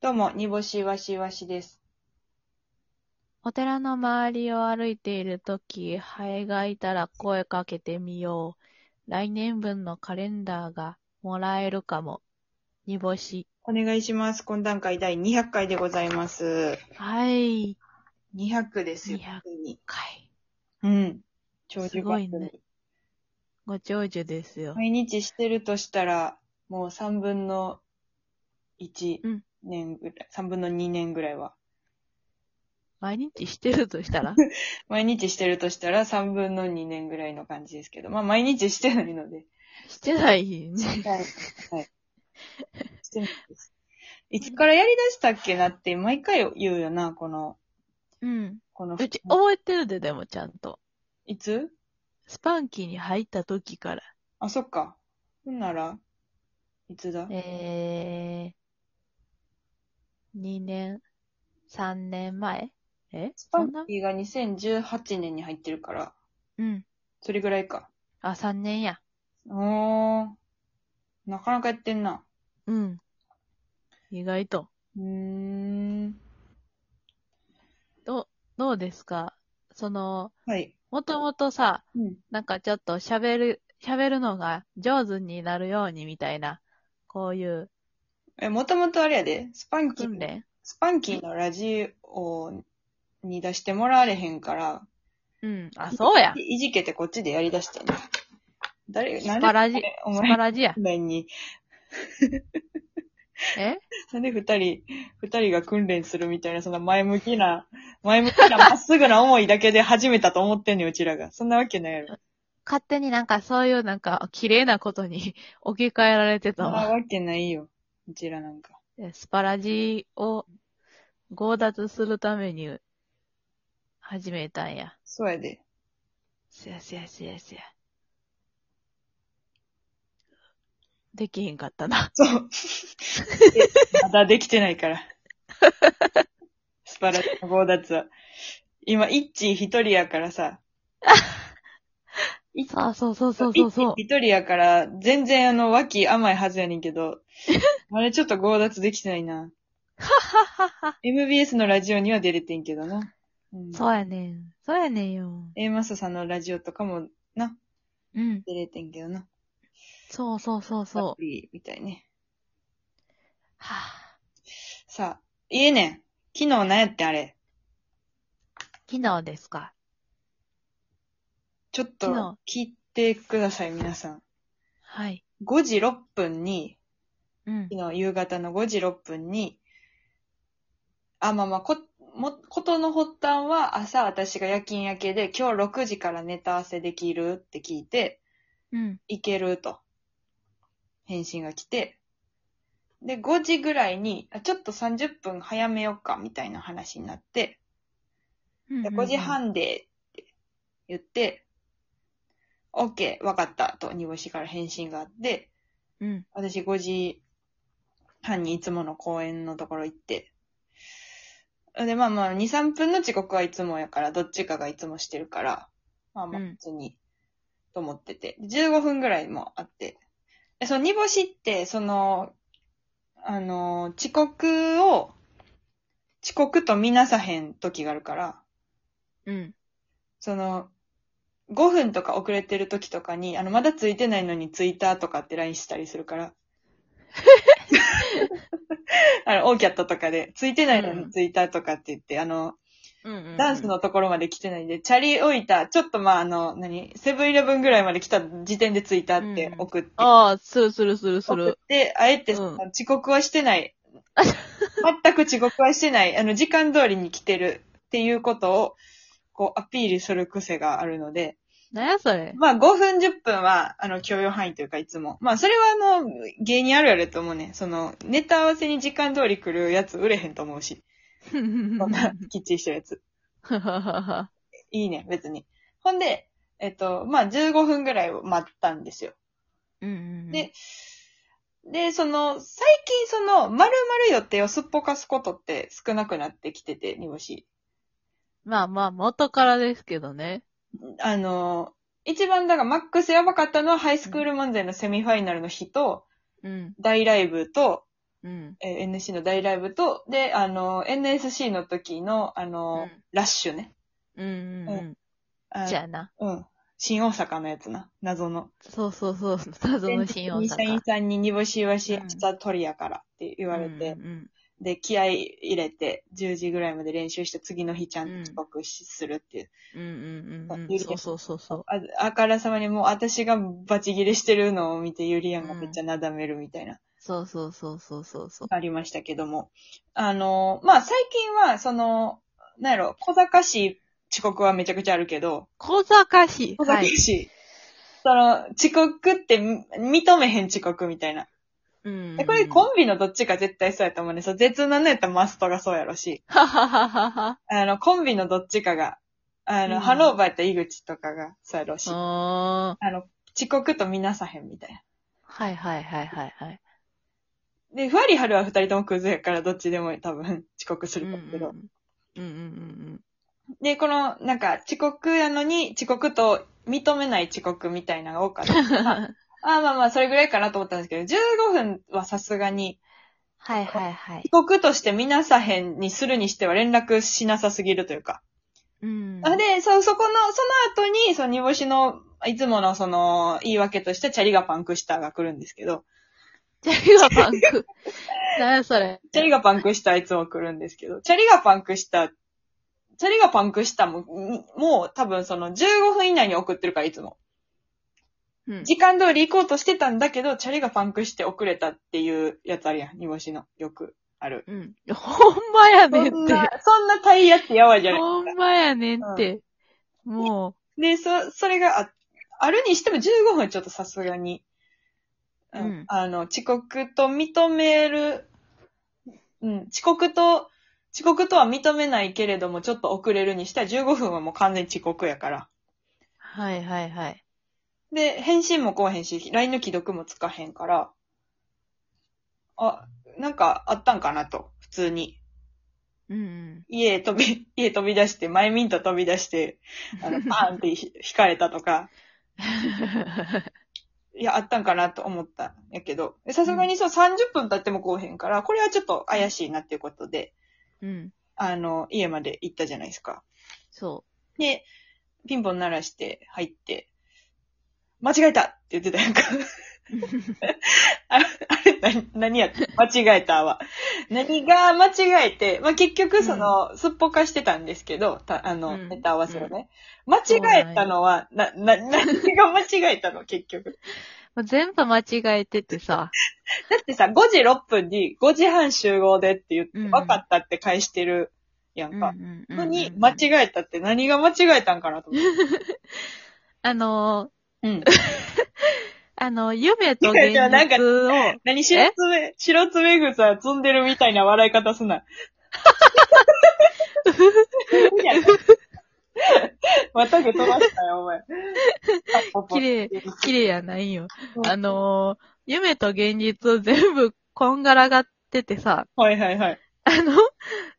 どうも、煮干しわしわしです。お寺の周りを歩いているとき、ハエがいたら声かけてみよう。来年分のカレンダーがもらえるかも。煮干し。お願いします。懇談会第200回でございます。はい。 200ですよ。 200本当にはい。うん。長寿すごいね番組ご長寿ですよ。毎日してるとしたら、もう3分のう1ん年ぐらい、3分の2年ぐらいは。毎日してると したら毎日してるとしたら3分の2年ぐらいの感じですけど、まあ毎日してないの で。してないね。はい。はい。してないです。いつからやりだしたっけなって毎回言うよな、この、うん。この、うち覚えてるで、でもちゃんと。いつスパンキーに入ったときから。あ、そっか。ほんなら、いつだえー、2年、3年前えスパそンんなキーが2018年に入ってるから、うん。それぐらいか。あ、3年や。おー。なかなかやってんな。うん。意外と。うーん。どうですかその、はい。もともとさ、うん。なんかちょっと喋る、喋るのが上手になるようにみたいな、こういうえ、もともとあれやで、スパンキ訓ー、練スパンキーのラジオに出してもらわれへんから、うん。あ、そうや。いいじけてこっちでやりだしたね。誰、スパラジなんで、おス前パ、ラジや。面に、えなんで二人、二人が訓練するみたいな、そんな前向きな、前向きなまっすぐな思いだけで始めたと思ってんねん、うちらが。そんなわけないやろ。勝手になんかそういうなんか綺麗なことに 置き換えられてそたんなわ。わけないよ。うちらなんか。スパラジを強奪するために始めたんや。そうやで。せやせやせやせや。できへんかったな。そう。まだできてないから。スパラジの強奪は。今、イッチー一人やからさ。そうそうそうそうそうそう。イッチー一人やから、全然あの、脇甘いはずやねんけど。あれちょっと強奪できてないな。はははは。 MBS のラジオには出れてんけどな。うんそうやねん。そうやねんよ。 A マスさんのラジオとかもな、うん。出れてんけどな。そうそうそうアそう。プリみたいね。はあさあ、いえねん。昨日何やってんあれ。昨日ですか。ちょっと昨日聞いてください、皆さん。はい。 5時6分に、うん。昨日夕方の5時6分に、あ、まあまあ、こ、も、ことの発端は朝私が夜勤明けで今日6時からネタ合わせできるって聞いて、うん。いけると。返信が来て。で、5時ぐらいに、あちょっと30分早めようか、みたいな話になって、うんで5時。半で、って言って、OK、わかった、と、煮干しから返信があって、うん。私5時半にいつもの公園のところ行って、で、まあまあ、2、3分の遅刻はいつもやから、どっちかがいつもしてるから、まあまあ、うん普通に、と思ってて、15分ぐらいもあって、でその煮干しって、その、あの、遅刻を、遅刻とみなさへん時があるから、うん。その、5分とか遅れてる時とかに、あの、まだついてないのにツイッターとかって LINE したりする から。あの、オーキャットとかで、ついてないのにツイッターとかって言って、あの、うんうんうん。ダンスのところまで来てないんで、チャリ置いた、ちょっとまあ、あの、何、セブンイレブンぐらいまで来た時点でツイッターって送って、ああ、するするするす送っる。て、あえて、うん遅刻はして ない。全く遅刻はしてない。あの、時間通りに来てるっていうことを、こう、アピールする癖があるので、なんやそれ。まあ5分10分は、あの、許容範囲というかいつも。まあそれはあの、芸人あるあるやと思うね。その、ネタ合わせに時間通り来るやつ売れへんと思うし。こん な、きっちりしてるやつ。はははは。いいね、別に。ほんで、えっと、まあ15分ぐらい待ったんですよ。うんうん。で、で、その、最近その、丸々予定をすっぽかすことって少なくなってきてて、煮干し。まあまあ、元からですけどね。あの、一番だがマックスやばかったのはハイスクール漫才のセミファイナルの日と、うん。大ライブと、うん。えー NSC の大ライブと、で、あの、NSC の時の、あうの、ん。ラッシュね。うんうんうん。あじゃあな。うん。新大阪のやつな。謎の。そうそうそう。謎の新前大日に社阪員。さんに煮干しはし明日取りやからって言われて、うんうんで、気合い入れて、10時ぐらいまで練習して、次の日ちゃんと遅刻しするっていう。うんうんうんゆうりん。やんそうそうそうそう。ああからさまにもう私がバチ切れしてるのを見て、ゆりやんがめっちゃなだめるみたいな、そうそうそうそうそうそう。ありましたけども。あの、まあ、最近は、その、なんやろ、小賢しい遅刻はめちゃくちゃあるけど、小賢しい。小は賢い。しい、その、遅刻ってみ認めへん遅刻みたいな。うんうんうでん。これコンビのどっちか絶対そうやと思うね。そう、絶なのやったらマストがそうやろし、ははははは。あの、コンビのどっちかが、あの、うんハローバーやったら井口とかがそうやろし、ああの、遅刻とみなさへんみたいな。ー はいはいはいはいはい。で、ふわりはるは二人ともクズやからどっちでも多分遅刻すうるんんうだんけど。うんうんうんで、この、なんか遅刻やのに遅刻と認めない遅刻みたいなのが多かった。うん。はあーまあまあ、それぐらいかなと思ったんですけど、15分はさすがに、いはいはい遅。刻としてみなさへんにするにしては連絡しなさすぎるというか。うん。あで、そ、そこの、その後に、その煮干しの、いつものその、言い訳として、チャリがパンクしたが来るんですけど、チャリがパン ク。何やそれ。チャリがパンクしたはいつも来るんですけど、チャリがパンクした、チャリがパンクしたも、にもう多分その15分以内に送ってるから、いつも。うん時間通り行こうとしてたんだけど、チャリがパンクして遅れたっていうやつあるやん、煮干しの。よくあ る。うん。ほんまやそねんんっな、 そんなタイヤってやばいじて。ゃないほんまやねんって。もで、そ、それがあ、あるにしても15分はちょっとさすがに、うん、うんあの、遅刻と認める、うん、遅刻と、遅刻とは認めないけれども、ちょっと遅れるにしたら15分はもう完全に遅刻やから。う。はいはいはい。で、返信も来へんし、LINE の既読もつかへんから、あ、なんかあったんかなと、普通に。うんうん。家へ飛び、 家へ飛び出して、前ミント飛び出して、あの、パーンってひ引かれたとか、いや、あったんかなと思ったんやけど、でさすがにそう30分経っても来おへんから、これはちょっと怪しいなっていうことで、うん。あの、家まで行ったじゃないですか。そで、ピンポン鳴らして入って、間違えたって言ってたやんか。 う。あれ、あれ何、何やった間違えたは。何が間違えて、まあ、結局その、すっぽかしてたんですけど、たあの、うんネタ合わせをね。間違えたのは、な、な、何が間違えたの結局。もう全部間違えててさ。だってさ、5時6分に5時半集合でって言って、うんうん分かったって返してるやんか。ののに、間違えたって何が間違えたんかなと思って。あのうん。ー、あの、夢と違う現違うなんか実を、何白爪、白爪草積んでるみたいな笑い方 すな。いやまたぐ飛ばしたよ、お 前。綺麗、綺麗やないよ。あのー、夢と現実を全部こんがらがっててさ、はいはいはい。あの、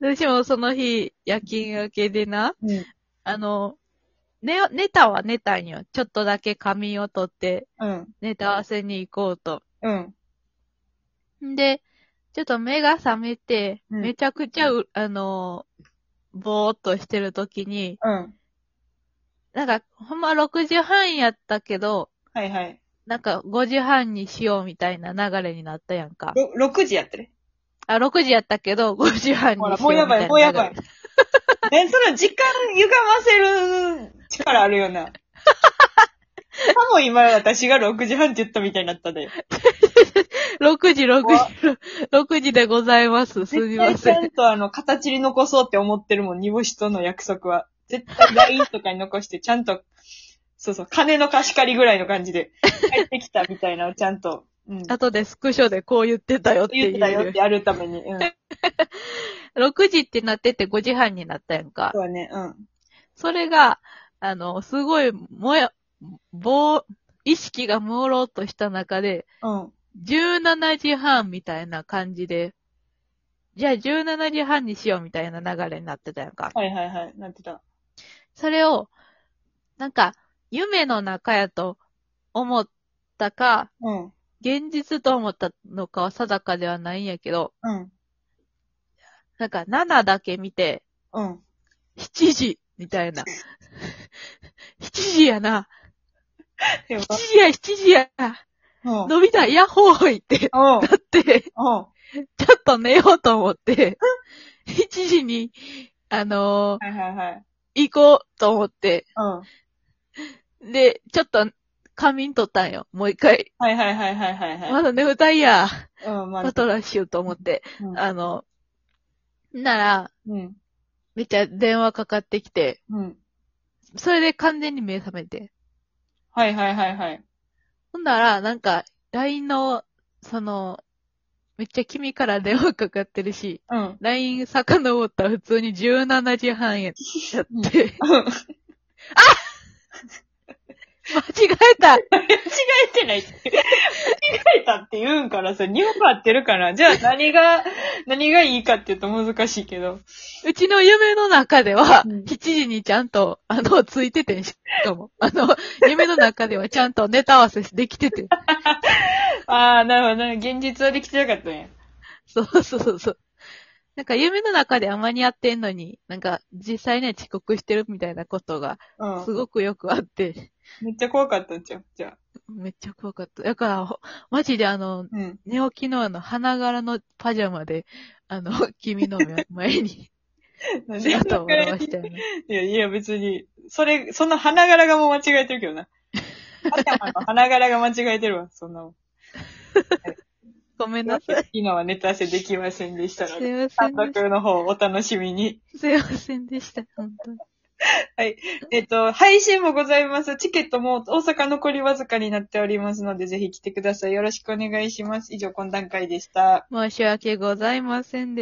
私もその日、夜勤明けでな、うん。あの、寝、寝たは寝たんよ。ちょっとだけ仮眠を取って、うん。ネタ合わせに行こうと。うん。んで、ちょっと目が覚めて、うんめちゃくちゃう、あのー、ぼーっとしてる時に、うん。なんか、ほんま6時半やったけど、はいはい。なんか5時半にしようみたいな流れになったやんか。ろ6時やってる。あ、6時やったけど、5時半にほら、しよもううみやたば、いないもうや ばい。え、その時間歪ませる力あるよ な。かも今私が6時半って言ったみたいになったで。 6時、6時、6時でございます。すみ絶ま対ちせゃん。んとあの、形に残そうって思ってるもん、煮干しとの約束は。絶対 LINE とかに残して、ちゃんと、そうそう、金の貸し借りぐらいの感じで、帰ってきたみたいなのをちゃんと、うん。後でスクショでこう言ってたよって言っいう。てたよってやるために。うん。そ6時ってなってて5時半になったやんかう。だね、うん。それが、あの、すごい、もや、ぼう、意識が朦朧とした中で、うん。 17時半みたいな感じで、じゃあ17時半にしようみたいな流れになってたやんか。はいはいはい、なってた。それを、なんか、夢の中やと思ったか、うん。現実と思ったのかは定かではないんやけど、うん。なんか7だけ見て、うん。 7時みたいな。7時やな。でも7時や、7時や。うん伸びた、ヤッホーいって。おうだって、おうちょっと寝ようと思って、7時に、あのはいはいはい。ー行こうと思って、うん。で、ちょっと仮眠取ったんよ。もう一回。はいはいはいはいはいまはだ眠たいや。い。うん、まパあ、トラしようと思って。うんあの、なら、うん。めっちゃ電話かかってきて、うん。それで完全に目覚めて。はいはいはいはい。ほんなら、なんか、LINE の、その、めっちゃ君から電話かかってるし、うん。 LINE 遡ったら普通に17時半やって、うん。間違間違えたえてないって。間違えたって言うんからさ、日本語合ってるから。じゃあ何 が、何がいいかって言うと難しいけど。うちの夢の中では、うん7時にちゃんと、あの、ついててんし、かも。あの、夢の中ではちゃんとネタ合わせできてて。ああ、なるほどね。現実はできてなかったんや。そうそうそうそう。なんか夢の中では間に合ってんのに、なんか実際には遅刻してるみたいなことが、すうん。ごくよくあって、めっちゃ怖かったんちゃうじゃあ。めっちゃ怖かった。だから、ほマジであの、うん。寝起きのあの、花柄のパジャマで、あの、君の目前 に、なんで姿を現したよね。いや、いや、別に、それ、その花柄がもう間違えてるけ どな。頭の花柄が間違えてるわ、そんなもん。ごめんなさ い。昨日はネタ合わせできませんで したのすで、いません単でし独の方お楽しみに。た。すいませんでした。本当に。えっと、配信もございます。チケットも大阪残りわずかになっておりますので、ぜひ来てください。よろしくお願いします。以上、懇談会でした。申し訳ございませんで